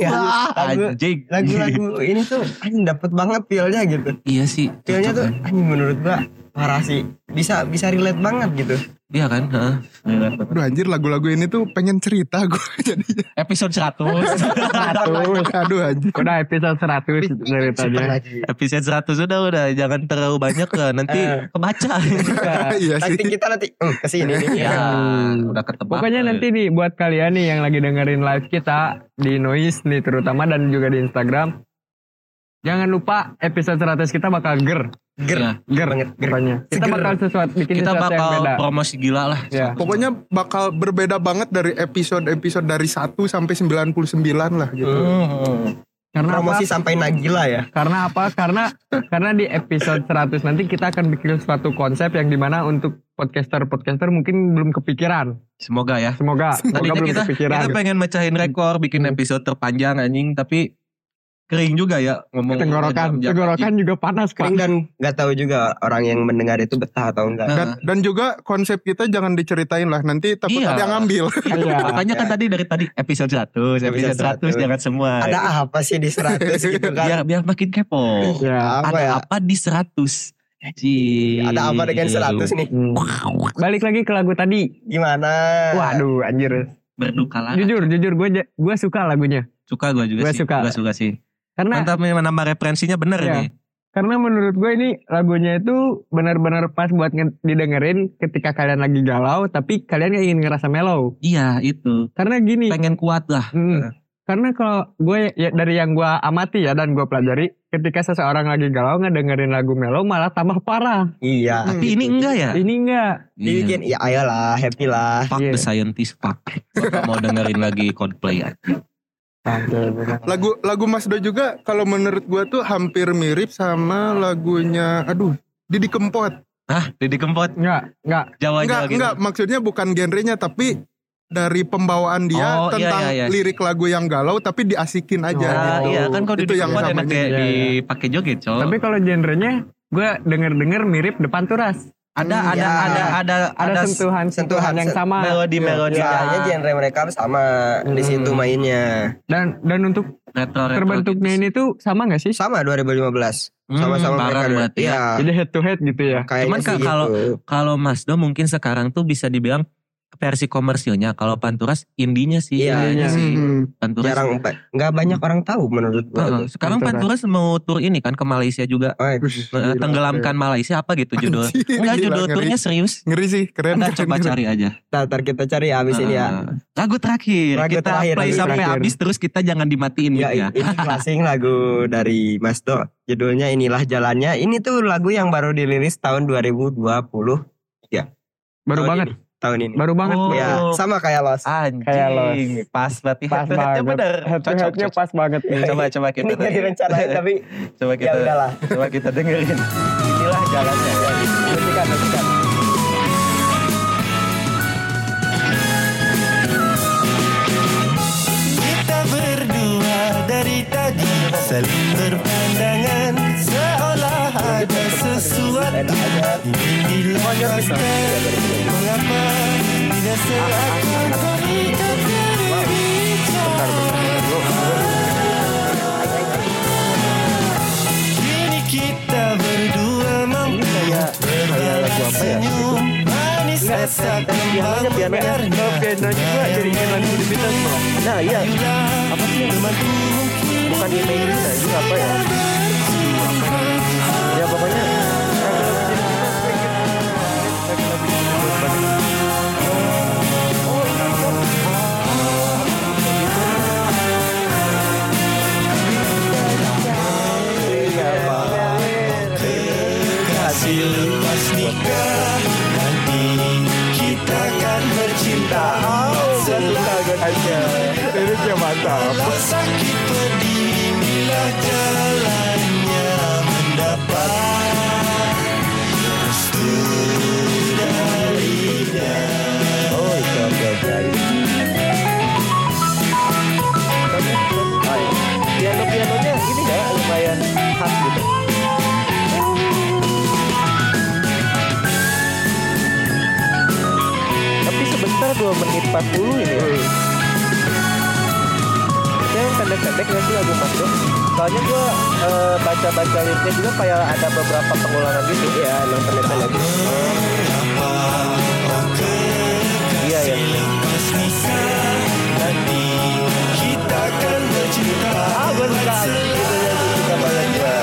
[SPEAKER 4] Ya,
[SPEAKER 5] Wah,
[SPEAKER 4] lagu-
[SPEAKER 5] anjing.
[SPEAKER 4] lagu-lagu <laughs> ini tuh anjing dapet banget feelnya gitu
[SPEAKER 5] Iya sih.
[SPEAKER 4] feelnya
[SPEAKER 5] cocok
[SPEAKER 4] tuh
[SPEAKER 5] kan.
[SPEAKER 4] anjing menurut gua parah sih bisa bisa relate banget gitu
[SPEAKER 5] <laughs> Iya kan? heeh.
[SPEAKER 6] Aduh anjir lagu-lagu ini tuh pengen cerita
[SPEAKER 5] <laughs>
[SPEAKER 6] gue jadinya.
[SPEAKER 5] Episode 100.
[SPEAKER 6] Aduh anjir.
[SPEAKER 7] Udah episode 100 dari tadi.
[SPEAKER 5] <laughs> Episode 100 udah udah jangan terlalu banyak lah nanti
[SPEAKER 4] Eh. <laughs>
[SPEAKER 5] kebaca.
[SPEAKER 6] iya
[SPEAKER 4] nanti
[SPEAKER 6] sih.
[SPEAKER 4] kita nanti hmm, kesini
[SPEAKER 5] <laughs>
[SPEAKER 4] nih
[SPEAKER 5] ya, udah ketebak.
[SPEAKER 7] Pokoknya nanti nih buat kalian nih yang lagi dengerin live kita di Noise nih terutama dan juga di Instagram. Jangan lupa episode 100 kita bakal ger,
[SPEAKER 4] ger
[SPEAKER 5] Iya.
[SPEAKER 7] ger
[SPEAKER 4] banget ger
[SPEAKER 7] pokoknya. Kita
[SPEAKER 4] Seger.
[SPEAKER 7] bakal sesuatu bikin
[SPEAKER 5] kita
[SPEAKER 7] sesuatu yang
[SPEAKER 5] bakal
[SPEAKER 7] beda.
[SPEAKER 5] promosi gila lah.
[SPEAKER 7] Ya.
[SPEAKER 6] Pokoknya bakal berbeda banget dari episode-episode dari 1 sampai 99 lah gitu.
[SPEAKER 7] Karena
[SPEAKER 4] promosi
[SPEAKER 7] apa?
[SPEAKER 4] sampai Nagila ya
[SPEAKER 7] Karena apa? Karena karena di episode 100 nanti kita akan bikin suatu konsep yang dimana untuk podcaster-podcaster mungkin belum kepikiran.
[SPEAKER 5] <laughs> Semoga ya.
[SPEAKER 7] Semoga semoga
[SPEAKER 5] Tadinya
[SPEAKER 7] belum
[SPEAKER 5] kita
[SPEAKER 7] kepikiran. gitu.
[SPEAKER 5] kita pengen mecahin rekor bikin episode terpanjang anjing tapi kering juga ya ngomong
[SPEAKER 7] tenggorokan,
[SPEAKER 5] jam-jam.
[SPEAKER 7] tenggorokan juga panas
[SPEAKER 4] kering
[SPEAKER 7] kan.
[SPEAKER 4] dan nggak tahu juga orang yang mendengar itu betah atau enggak
[SPEAKER 5] Nah,
[SPEAKER 6] Dan, dan juga konsep kita jangan diceritain lah nanti takut
[SPEAKER 5] Iya.
[SPEAKER 6] ada yang ngambil. <laughs>
[SPEAKER 7] Iya.
[SPEAKER 5] Makanya kan tadi dari tadi episode 100, episode
[SPEAKER 4] Episode 100.
[SPEAKER 5] 100, jangan semua.
[SPEAKER 4] ada apa sih di 100
[SPEAKER 5] <laughs>
[SPEAKER 4] gitu kan
[SPEAKER 5] biar biar makin kepo.
[SPEAKER 7] Ya.
[SPEAKER 4] apa
[SPEAKER 5] Iya. ada
[SPEAKER 4] ya
[SPEAKER 5] apa Iya, di 100? Anjing.
[SPEAKER 4] ada apa dengan 100 nih
[SPEAKER 7] Hmm. Balik lagi ke lagu tadi.
[SPEAKER 4] gimana
[SPEAKER 7] Waduh, anjir.
[SPEAKER 5] Berduka lah.
[SPEAKER 7] Jujur, jujur gue gue suka lagunya.
[SPEAKER 5] Suka gue juga
[SPEAKER 7] Gua
[SPEAKER 5] sih.
[SPEAKER 7] suka.
[SPEAKER 5] Gue suka sih.
[SPEAKER 7] Karena
[SPEAKER 5] Mantap
[SPEAKER 4] ya,
[SPEAKER 5] nih, menambah referensinya bener
[SPEAKER 7] Iya.
[SPEAKER 5] ini.
[SPEAKER 7] Karena menurut gue ini lagunya itu benar-benar pas buat nge- didengerin ketika kalian lagi galau tapi kalian nggak ingin ngerasa mellow.
[SPEAKER 5] Iya itu.
[SPEAKER 7] Karena gini,
[SPEAKER 5] Pengen kuat lah.
[SPEAKER 7] hmm, karena kalau gue ya, dari yang gue amati ya dan gue pelajari ketika seseorang lagi galau ngedengerin lagu mellow malah tambah parah.
[SPEAKER 4] iya
[SPEAKER 5] Tapi ini enggak ya?
[SPEAKER 7] Ini enggak.
[SPEAKER 5] Iya.
[SPEAKER 4] dibikin ya ayolah happy lah
[SPEAKER 5] Fuck
[SPEAKER 7] Iya.
[SPEAKER 5] the scientist fuck. Bapak mau dengerin lagi Coldplay ya.
[SPEAKER 6] Lagu lagu Mas Do juga kalau menurut gua tuh hampir mirip sama lagunya aduh Didi Kempot.
[SPEAKER 5] Hah, Didi Kempot
[SPEAKER 7] Enggak, enggak.
[SPEAKER 6] Enggak,
[SPEAKER 5] Jawa Jawa gitu.
[SPEAKER 6] enggak, maksudnya bukan genrenya tapi dari pembawaan dia
[SPEAKER 5] Oh, iya,
[SPEAKER 6] tentang
[SPEAKER 5] iya, iya.
[SPEAKER 6] lirik lagu yang galau tapi diasikin aja
[SPEAKER 7] Oh,
[SPEAKER 5] Ah,
[SPEAKER 6] gitu.
[SPEAKER 5] iya kan kalau
[SPEAKER 6] Itu
[SPEAKER 5] Didi
[SPEAKER 6] yang
[SPEAKER 5] Kempot
[SPEAKER 6] sama
[SPEAKER 5] enak kayak
[SPEAKER 7] Iya, iya.
[SPEAKER 5] dipakai joget, Cok.
[SPEAKER 7] Tapi kalau genrenya gue denger-denger mirip depan turas.
[SPEAKER 5] ada
[SPEAKER 4] Hmm,
[SPEAKER 5] ada,
[SPEAKER 4] iya.
[SPEAKER 5] ada ada ada
[SPEAKER 7] Ada sentuhan sentuhan
[SPEAKER 4] sentuhan
[SPEAKER 7] yang
[SPEAKER 4] sen-
[SPEAKER 7] sama.
[SPEAKER 5] melodi melodi
[SPEAKER 4] Soalnya genre mereka sama di
[SPEAKER 7] Hmm.
[SPEAKER 4] situ mainnya.
[SPEAKER 7] Dan dan untuk
[SPEAKER 5] Nah, retro retro.
[SPEAKER 7] terbentuknya
[SPEAKER 5] gitu.
[SPEAKER 7] ini tuh sama gak sih?
[SPEAKER 4] Sama 2015.
[SPEAKER 5] Hmm,
[SPEAKER 4] Sama-sama mereka.
[SPEAKER 5] bareng berarti ya.
[SPEAKER 4] Iya.
[SPEAKER 7] Jadi head to head gitu ya.
[SPEAKER 4] Kayaknya
[SPEAKER 5] Cuman
[SPEAKER 4] sih
[SPEAKER 5] ka- kalau-
[SPEAKER 4] gitu.
[SPEAKER 5] Kalau Mas Do mungkin sekarang tuh bisa dibilang versi komersilnya. Kalau Panturas indinya sih,
[SPEAKER 4] Iya,
[SPEAKER 5] indianya
[SPEAKER 7] iya.
[SPEAKER 5] sih.
[SPEAKER 6] Hmm.
[SPEAKER 5] Panturas.
[SPEAKER 4] jarang ba- nggak banyak orang tahu menurut gua.
[SPEAKER 5] Heeh,
[SPEAKER 4] tuh.
[SPEAKER 5] sekarang Panturas mau tur ini kan ke Malaysia juga.
[SPEAKER 4] Oh, iya.
[SPEAKER 6] Ush,
[SPEAKER 5] Eh,
[SPEAKER 6] gila,
[SPEAKER 5] tenggelamkan Malaysia apa gitu
[SPEAKER 6] keren.
[SPEAKER 5] judul.
[SPEAKER 6] Anjir,
[SPEAKER 5] Enggak
[SPEAKER 6] gila,
[SPEAKER 5] judul
[SPEAKER 6] ngeri.
[SPEAKER 5] turnya serius.
[SPEAKER 6] Ngeri sih, keren
[SPEAKER 4] Kan
[SPEAKER 5] Anda
[SPEAKER 6] keren,
[SPEAKER 5] coba
[SPEAKER 6] keren.
[SPEAKER 5] cari aja.
[SPEAKER 4] Ntar, ntar kita cari abis ini ya.
[SPEAKER 7] Ah,
[SPEAKER 5] Heeh. Lagu terakhir.
[SPEAKER 4] Lagu
[SPEAKER 5] kita
[SPEAKER 4] terakhir,
[SPEAKER 5] play
[SPEAKER 4] lagu
[SPEAKER 5] sampai
[SPEAKER 7] terakhir.
[SPEAKER 5] habis terus kita jangan dimatiin gitu
[SPEAKER 4] Ya,
[SPEAKER 7] Iya.
[SPEAKER 5] mic-nya.
[SPEAKER 4] i- ini klasik lagu dari Mas Do. Judulnya Inilah Jalannya. Ini tuh lagu yang baru dirilis tahun 2020
[SPEAKER 7] Baru
[SPEAKER 4] Tahun
[SPEAKER 7] banget.
[SPEAKER 4] ini, tahun ini.
[SPEAKER 7] Baru Ah, banget.
[SPEAKER 5] gitu. Oh.
[SPEAKER 4] Ya, sama kayak Los.
[SPEAKER 5] Anjing.
[SPEAKER 7] Kayak los.
[SPEAKER 5] Pas berarti <laughs>
[SPEAKER 7] Pas
[SPEAKER 5] head to headnya
[SPEAKER 7] banget.
[SPEAKER 5] bener.
[SPEAKER 7] Head to
[SPEAKER 5] Cocok,
[SPEAKER 7] headnya
[SPEAKER 5] cocok.
[SPEAKER 7] pas banget nih.
[SPEAKER 5] Coba coba kita
[SPEAKER 4] Ini nggak direncanain tapi
[SPEAKER 5] coba
[SPEAKER 4] ya
[SPEAKER 5] kita
[SPEAKER 4] udahlah.
[SPEAKER 5] coba kita dengerin.
[SPEAKER 4] Inilah Jalannya. Nantikan, nantikan.
[SPEAKER 8] Kita berdua dari tadi Saling berpandangan Seolah ada sesuatu Ingin dilepaskan Mengapa tidak seakan Kami tak berbicara
[SPEAKER 4] ya?
[SPEAKER 9] Nah iya Apa sih yang cuman Bukan email ini anjing apa ya Ya pokoknya
[SPEAKER 8] Kasih lepas nikah Nanti kita kan bercinta
[SPEAKER 9] Kaget aja Ini dia mantap
[SPEAKER 8] Kalau sakit pedih Bila jalannya mendapat
[SPEAKER 9] Oh iya oke oke ayo. Ayo. Piano-pianonya ini ya lumayan khas gitu Tapi sebentar 2 menit 40 ini ya Ini yang pendek-pendek ya sih lagu Mas Dok. Soalnya gue baca-baca liriknya juga kayak ada beberapa pengulangan gitu ya Yang pendek-pendek Iya ya
[SPEAKER 8] Lepas nikah Nanti kita kan bercinta
[SPEAKER 9] Ah gue suka gitu ya gue suka banget gua.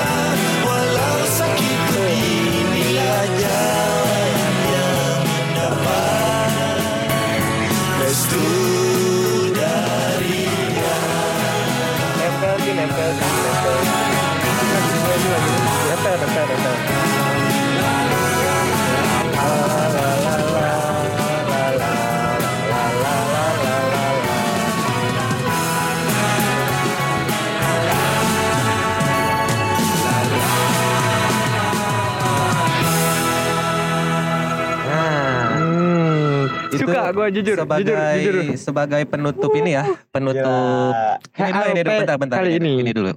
[SPEAKER 8] Walau sakit pedih Bila jalannya mendapat Restu
[SPEAKER 9] nempel sih nempel sih nempel Gila, gila, gila. nempel nempel nempel
[SPEAKER 4] Ah,
[SPEAKER 5] Itu
[SPEAKER 7] Suka gua, jujur,
[SPEAKER 5] sebagai,
[SPEAKER 7] jujur, jujur.
[SPEAKER 5] Sebagai penutup ini ya, penutup. Ini dulu, ini dulu,
[SPEAKER 7] HLP
[SPEAKER 5] bentar, bentar.
[SPEAKER 7] kali ini.
[SPEAKER 5] ini dulu.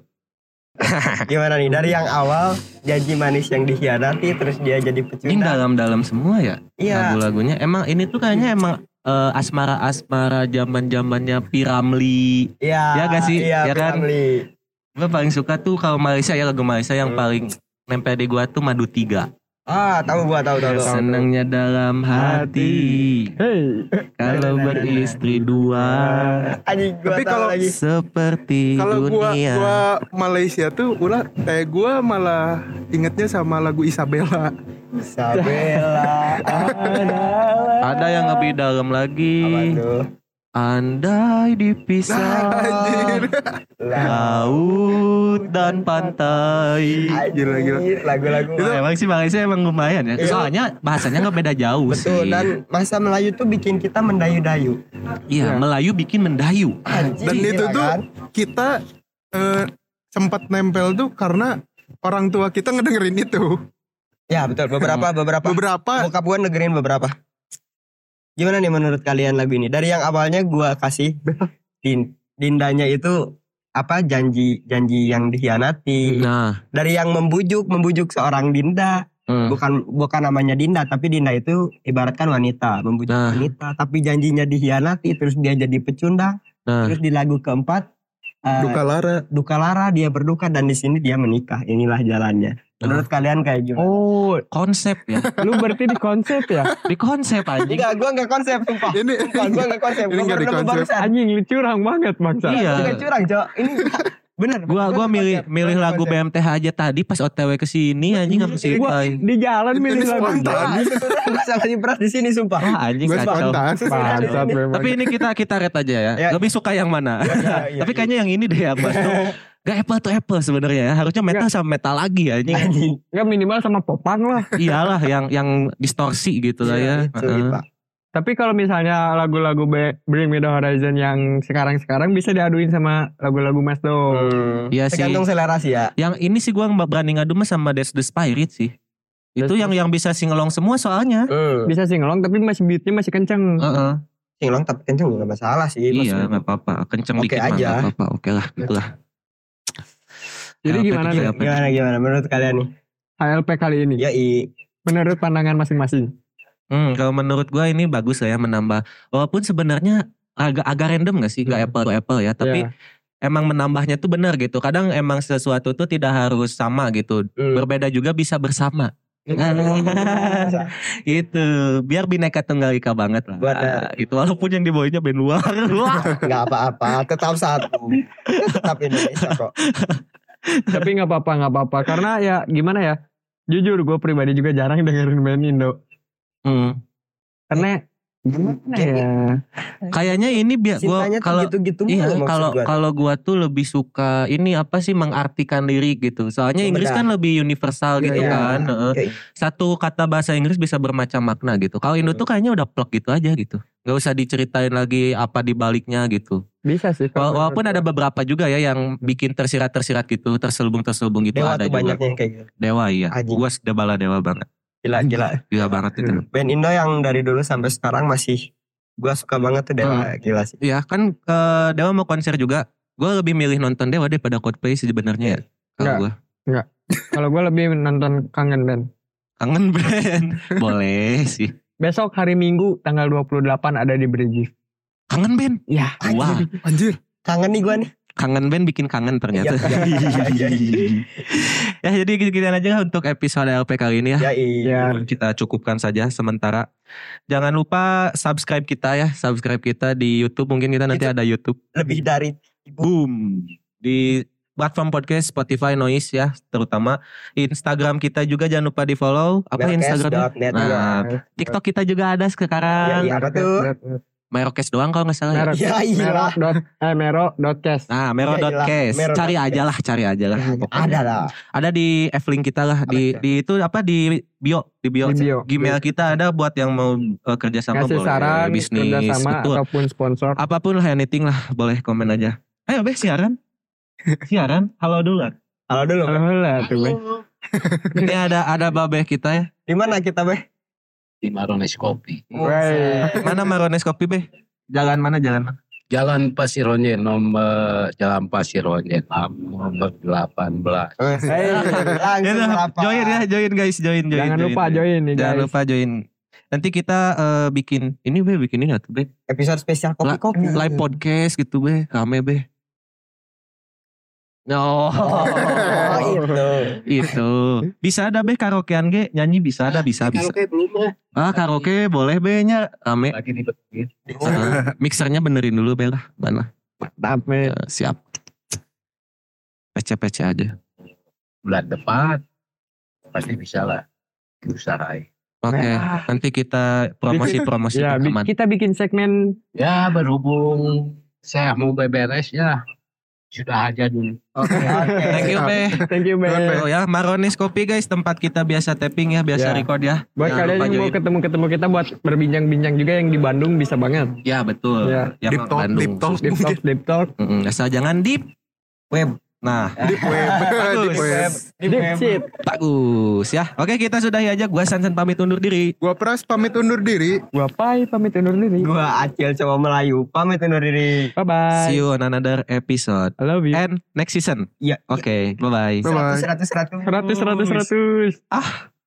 [SPEAKER 4] Gimana nih dari yang awal janji manis yang dikhianati terus dia jadi
[SPEAKER 5] Ini
[SPEAKER 4] pecundang.
[SPEAKER 5] dalam-dalam semua ya
[SPEAKER 4] Iya.
[SPEAKER 5] lagu-lagunya. Emang ini tuh kayaknya emang eh, asmara-asmara zaman-zamannya Piramli.
[SPEAKER 4] Iya.
[SPEAKER 5] Iya gak sih?
[SPEAKER 4] Iya
[SPEAKER 5] Iya kan?
[SPEAKER 4] Piramli.
[SPEAKER 5] Gue paling suka tuh kalau Malaysia ya lagu Malaysia yang paling nempel di gua tuh Madu Tiga.
[SPEAKER 4] Ah tahu gua tahu
[SPEAKER 5] Ya,
[SPEAKER 4] tahu. tahu.
[SPEAKER 5] Senangnya dalam hati
[SPEAKER 7] Hey,
[SPEAKER 5] kalau beristri dua.
[SPEAKER 4] Anjing gua
[SPEAKER 6] Tapi
[SPEAKER 4] tahu
[SPEAKER 6] kalau-
[SPEAKER 5] <laughs>
[SPEAKER 4] lagi.
[SPEAKER 5] seperti
[SPEAKER 6] Kalau gua
[SPEAKER 5] dunia.
[SPEAKER 6] gua Malaysia tuh ulah kayak gua malah ingetnya sama lagu Isabella.
[SPEAKER 4] Sabella.
[SPEAKER 5] Ada yang lebih dalam lagi.
[SPEAKER 4] Apa tuh?
[SPEAKER 5] Andai dipisah
[SPEAKER 4] <laughs>
[SPEAKER 6] Anjir.
[SPEAKER 5] laut dan pantai.
[SPEAKER 6] Gila gila.
[SPEAKER 4] Lagu-lagu
[SPEAKER 5] Itu emang sih Malaysia emang lumayan ya. Soalnya bahasanya nggak beda jauh
[SPEAKER 4] Iya. Betul
[SPEAKER 5] sih.
[SPEAKER 4] dan masa Melayu tuh bikin kita mendayu-dayu.
[SPEAKER 5] Iya, Melayu bikin mendayu.
[SPEAKER 4] Anjing,
[SPEAKER 6] Dan itu
[SPEAKER 4] gila
[SPEAKER 6] tuh
[SPEAKER 4] kan?
[SPEAKER 6] kita eh, sempat nempel tuh karena orang tua kita ngedengerin itu.
[SPEAKER 4] Ya betul beberapa beberapa
[SPEAKER 6] Beberapa
[SPEAKER 4] bokap gue negerin beberapa. Gimana nih menurut kalian lagu ini? Dari yang awalnya gua kasih din dindanya itu apa janji janji yang dikhianati
[SPEAKER 5] Nah,
[SPEAKER 4] dari yang membujuk membujuk seorang dinda
[SPEAKER 5] hmm.
[SPEAKER 4] bukan bukan namanya dinda tapi dinda itu ibaratkan wanita membujuk
[SPEAKER 5] Nah.
[SPEAKER 4] wanita tapi janjinya dikhianati terus dia jadi pecundang
[SPEAKER 5] Nah.
[SPEAKER 4] terus di lagu keempat eh,
[SPEAKER 6] duka lara.
[SPEAKER 4] duka lara dia berduka dan di sini dia menikah inilah jalannya menurut kalian kayak gimana?
[SPEAKER 7] oh,
[SPEAKER 5] konsep ya.
[SPEAKER 7] lu berarti di konsep ya?
[SPEAKER 5] Di konsep aja.
[SPEAKER 4] Enggak, gua enggak konsep sumpah.
[SPEAKER 6] Ini
[SPEAKER 4] Sumpah, gua enggak konsep.
[SPEAKER 6] Ini
[SPEAKER 4] Gua
[SPEAKER 6] nggak
[SPEAKER 4] berdua
[SPEAKER 6] dikonsep.
[SPEAKER 4] kebangsaan.
[SPEAKER 7] Anjing lu curang banget bangsa.
[SPEAKER 5] Iya.
[SPEAKER 4] Bukan curang, Cok. Ini bener.
[SPEAKER 5] Gua gua milih milih lagu BMTH aja tadi pas OTW ke sini anjing aku sih.
[SPEAKER 7] Gua di jalan
[SPEAKER 6] Ini
[SPEAKER 7] milih lagu.
[SPEAKER 6] spontan.
[SPEAKER 4] Masalahnya berat di sini sumpah.
[SPEAKER 5] Ah, anjing
[SPEAKER 6] gue
[SPEAKER 5] kacau.
[SPEAKER 6] spontan.
[SPEAKER 7] Bangsat memang.
[SPEAKER 5] Tapi ini kita kita red aja ya.
[SPEAKER 4] Ya.
[SPEAKER 5] Lebih suka yang mana?
[SPEAKER 4] Iya,
[SPEAKER 5] Tapi kayaknya yang ini deh ya
[SPEAKER 4] <laughs>
[SPEAKER 5] Mas. Tuh, Gak apple to apple sebenarnya ya. Harusnya metal sama metal lagi
[SPEAKER 4] <laughs>
[SPEAKER 5] ya. Ini
[SPEAKER 4] anjing.
[SPEAKER 7] Enggak minimal sama popang lah.
[SPEAKER 5] iyalah yang yang distorsi gitu lah ya.
[SPEAKER 4] Iya, Itu, itu.
[SPEAKER 7] Tapi kalau misalnya lagu-lagu Be- Bring Me The Horizon yang sekarang-sekarang bisa diaduin sama lagu-lagu Mas Do.
[SPEAKER 4] Hmm.
[SPEAKER 5] Iya sih.
[SPEAKER 4] Tergantung selera sih ya.
[SPEAKER 5] Yang ini sih gua nggak berani ngadu mah sama That's the Spirit sih. Itu yang yang bisa singelong semua soalnya.
[SPEAKER 4] Hmm.
[SPEAKER 7] Bisa singelong tapi masih beatnya masih kenceng.
[SPEAKER 5] Heeh.
[SPEAKER 4] Singlong tapi kenceng enggak masalah sih.
[SPEAKER 5] Iya,
[SPEAKER 4] Maksudnya.
[SPEAKER 5] nggak apa-apa. Kenceng
[SPEAKER 4] Oke
[SPEAKER 5] dikit mah
[SPEAKER 4] aja.
[SPEAKER 5] nggak apa-apa. Oke lah, gitu lah.
[SPEAKER 7] Jadi
[SPEAKER 5] Apa
[SPEAKER 7] gimana
[SPEAKER 5] itu,
[SPEAKER 7] nih?
[SPEAKER 5] apa itu?
[SPEAKER 4] Gimana gimana menurut kalian nih?
[SPEAKER 7] HLP kali ini.
[SPEAKER 4] Ya <laughs> i.
[SPEAKER 7] Menurut pandangan
[SPEAKER 5] <laughs>
[SPEAKER 7] masing-masing.
[SPEAKER 5] Hmm, kalau menurut gua ini bagus lah ya menambah. Walaupun sebenarnya agak agak random gak sih,
[SPEAKER 4] Hmm.
[SPEAKER 5] nggak apple to apple ya, tapi
[SPEAKER 7] Iya.
[SPEAKER 5] emang menambahnya tuh benar gitu. Kadang emang sesuatu tuh tidak harus sama gitu.
[SPEAKER 4] Hmm.
[SPEAKER 5] Berbeda juga bisa bersama. itu biar bineka tunggal ika banget lah
[SPEAKER 4] Benar.
[SPEAKER 5] Ah, itu walaupun yang dibawainnya band luar
[SPEAKER 4] <laughs>
[SPEAKER 5] luar
[SPEAKER 4] Gak apa-apa, tetap satu. Tetap Indonesia kok.
[SPEAKER 7] Tapi nggak apa-apa, nggak apa-apa. Karena ya gimana ya? Jujur gue pribadi juga jarang dengerin band Indo.
[SPEAKER 5] Hmm.
[SPEAKER 7] Karena gimana ya?
[SPEAKER 5] kayaknya ini biar Iya, gua
[SPEAKER 4] gitu. Cintanya
[SPEAKER 5] kalau
[SPEAKER 4] tuh gitu-gitu
[SPEAKER 5] Iya,
[SPEAKER 4] mulu maksud
[SPEAKER 5] kalau
[SPEAKER 4] gua.
[SPEAKER 5] kalau gua tuh lebih suka ini apa sih mengartikan lirik gitu.
[SPEAKER 4] Benar.
[SPEAKER 5] Soalnya Inggris kan lebih universal
[SPEAKER 4] Iya,
[SPEAKER 5] gitu
[SPEAKER 4] iya.
[SPEAKER 5] kan. Heeh.
[SPEAKER 4] Kayak-
[SPEAKER 5] Satu kata bahasa Inggris bisa bermacam makna gitu. Kalau Indo tuh kayaknya udah plek gitu aja gitu. Gak usah diceritain lagi apa di baliknya gitu.
[SPEAKER 7] Bisa sih.
[SPEAKER 5] Wala-
[SPEAKER 7] kalau
[SPEAKER 5] Walaupun
[SPEAKER 7] menurut
[SPEAKER 5] ada beberapa juga ya yang bikin tersirat-tersirat gitu, terselubung-terselubung gitu
[SPEAKER 4] Dewa
[SPEAKER 5] ada
[SPEAKER 4] tuh
[SPEAKER 5] juga.
[SPEAKER 4] banyak yang kayak gitu.
[SPEAKER 5] Dewa iya.
[SPEAKER 4] Anjing.
[SPEAKER 5] Gua sudah bala dewa banget.
[SPEAKER 4] Gila-gila.
[SPEAKER 5] Gila banget itu.
[SPEAKER 4] Band Indo yang dari dulu sampai sekarang masih gua suka banget tuh Dewa. Gila sih.
[SPEAKER 5] Ya kan eh, Dewa mau konser juga. Gua lebih milih nonton Dewa daripada Coldplay sih sebenarnya ya. Kalau
[SPEAKER 7] Enggak.
[SPEAKER 5] gua.
[SPEAKER 7] gua. Kalau gue lebih nonton kangen band.
[SPEAKER 5] Kangen
[SPEAKER 4] <laughs>
[SPEAKER 5] band. Boleh sih.
[SPEAKER 7] Besok hari Minggu tanggal 28 ada di Bridges.
[SPEAKER 5] Kangen band.
[SPEAKER 4] Iya.
[SPEAKER 7] Ya.
[SPEAKER 5] Wah,
[SPEAKER 6] Anjir.
[SPEAKER 4] Kangen nih gua nih.
[SPEAKER 5] kangen band bikin kangen ternyata.
[SPEAKER 4] Iya, iya, iya,
[SPEAKER 5] <laughs> ya jadi gitu-gituan aja lah untuk episode LP kali ini ya.
[SPEAKER 4] Ya iya.
[SPEAKER 7] Ya.
[SPEAKER 5] Kita cukupkan saja sementara. Jangan lupa subscribe kita ya, subscribe kita di YouTube. Mungkin kita nanti ada YouTube.
[SPEAKER 4] Lebih dari
[SPEAKER 5] Boom. Di platform podcast Spotify Noise ya, terutama Instagram kita juga jangan lupa di-follow. Apa Instagramnya?
[SPEAKER 4] merkes.net.
[SPEAKER 5] Nah, TikTok kita juga ada
[SPEAKER 4] Ya,
[SPEAKER 5] sekarang.
[SPEAKER 4] iya, apa tuh?
[SPEAKER 5] Merokes doang kalau nggak salah ya.
[SPEAKER 7] Merek.
[SPEAKER 4] Ya iya.
[SPEAKER 7] Mero dot eh Mero dot cash.
[SPEAKER 5] Nah, mero.case.
[SPEAKER 4] Mero.case.
[SPEAKER 5] Cari aja lah, cari aja lah.
[SPEAKER 4] Iya.
[SPEAKER 5] pokoknya.
[SPEAKER 4] Ada lah.
[SPEAKER 5] Ada di F-link kita lah di
[SPEAKER 4] Ada.
[SPEAKER 5] di itu apa di bio, di bio.
[SPEAKER 7] Di bio.
[SPEAKER 5] Gmail kita ada buat yang mau eh, kerja sama boleh,
[SPEAKER 7] Kasih saran,
[SPEAKER 5] bisnis,
[SPEAKER 7] kerjasama
[SPEAKER 5] betul.
[SPEAKER 7] ataupun sponsor.
[SPEAKER 5] Apapun lah anything lah, boleh komen aja. Ayo Beh siaran. siaran, halo dulu. lah.
[SPEAKER 4] Halo dulu.
[SPEAKER 7] Halo lah tuh Beh.
[SPEAKER 5] Ini ada ada Babeh kita ya.
[SPEAKER 4] Di mana kita, Beh?
[SPEAKER 10] di Marones Kopi.
[SPEAKER 7] Wey.
[SPEAKER 5] Mana Marones Kopi Beh? Jalan mana jalan? mana?
[SPEAKER 10] Jalan Pasir Ronjen nomor Jalan Pasir Ronjen nomor 18.
[SPEAKER 7] Hey,
[SPEAKER 4] Langsung
[SPEAKER 5] Yaudah,
[SPEAKER 4] rapat.
[SPEAKER 5] join ya, join guys, join join.
[SPEAKER 7] jangan lupa join nih
[SPEAKER 5] Jangan
[SPEAKER 7] guys.
[SPEAKER 5] lupa join. Nanti kita eh, bikin ini Beh bikin ini atau Beh?
[SPEAKER 4] Episode spesial kopi-kopi.
[SPEAKER 5] live podcast gitu be rame be <laughs> no
[SPEAKER 4] Oh, itu.
[SPEAKER 5] itu Gitu. bisa ada be karaokean ge nyanyi bisa ada bisa bisa
[SPEAKER 10] Karaoke belum ya?
[SPEAKER 5] ah karaoke boleh be nya
[SPEAKER 7] <laughs>
[SPEAKER 5] rame
[SPEAKER 10] Lagi di
[SPEAKER 5] Ah, mixernya benerin dulu be lah mana
[SPEAKER 7] Mantap, Beh.
[SPEAKER 5] Eh, siap pece-pece aja
[SPEAKER 10] bulan depan. Pasti bisa lah. Diusahain.
[SPEAKER 5] oke nanti kita promosi promosi
[SPEAKER 7] Nah. Ya, bi-
[SPEAKER 5] rekaman
[SPEAKER 7] kita bikin segmen
[SPEAKER 10] Ya berhubung saya mau beberes ya. Sudah aja dulu.
[SPEAKER 4] Oke, oke.
[SPEAKER 5] Thank you be.
[SPEAKER 7] <laughs> Thank you,
[SPEAKER 5] Oh
[SPEAKER 7] Bang.
[SPEAKER 5] ya, Maronis Kopi guys tempat kita biasa tapping ya, biasa
[SPEAKER 7] Ya.
[SPEAKER 5] record ya.
[SPEAKER 7] Buat
[SPEAKER 5] Jangan
[SPEAKER 7] kalian
[SPEAKER 5] lupa
[SPEAKER 7] yang mau
[SPEAKER 5] join.
[SPEAKER 7] ketemu-ketemu kita buat berbincang-bincang juga yang di Bandung bisa
[SPEAKER 5] <laughs>
[SPEAKER 7] banget.
[SPEAKER 5] Ya betul.
[SPEAKER 7] Ya.
[SPEAKER 5] Yang
[SPEAKER 6] Deep talk,
[SPEAKER 5] Bandung.
[SPEAKER 6] deep talk.
[SPEAKER 7] Deep talk, deep talk.
[SPEAKER 5] Mm-mm, asal jangan deep web. Nah,
[SPEAKER 6] Deep web. Deep web.
[SPEAKER 7] Deep shit.
[SPEAKER 5] bagus ya. Oke, kita sudahi aja. Gua Sansan pamit undur diri.
[SPEAKER 6] Gua Pras pamit undur diri.
[SPEAKER 7] Gua pai pamit undur diri.
[SPEAKER 4] Gua Acil coba Melayu. Pamit undur diri.
[SPEAKER 7] Bye bye.
[SPEAKER 5] See you Eh, on another episode
[SPEAKER 7] I love you.
[SPEAKER 5] and next season.
[SPEAKER 4] Iya.
[SPEAKER 5] Oke, bye bye.
[SPEAKER 6] Bye-bye.
[SPEAKER 4] Seratus, seratus, seratus.
[SPEAKER 7] Seratus, seratus, seratus.
[SPEAKER 5] Ah,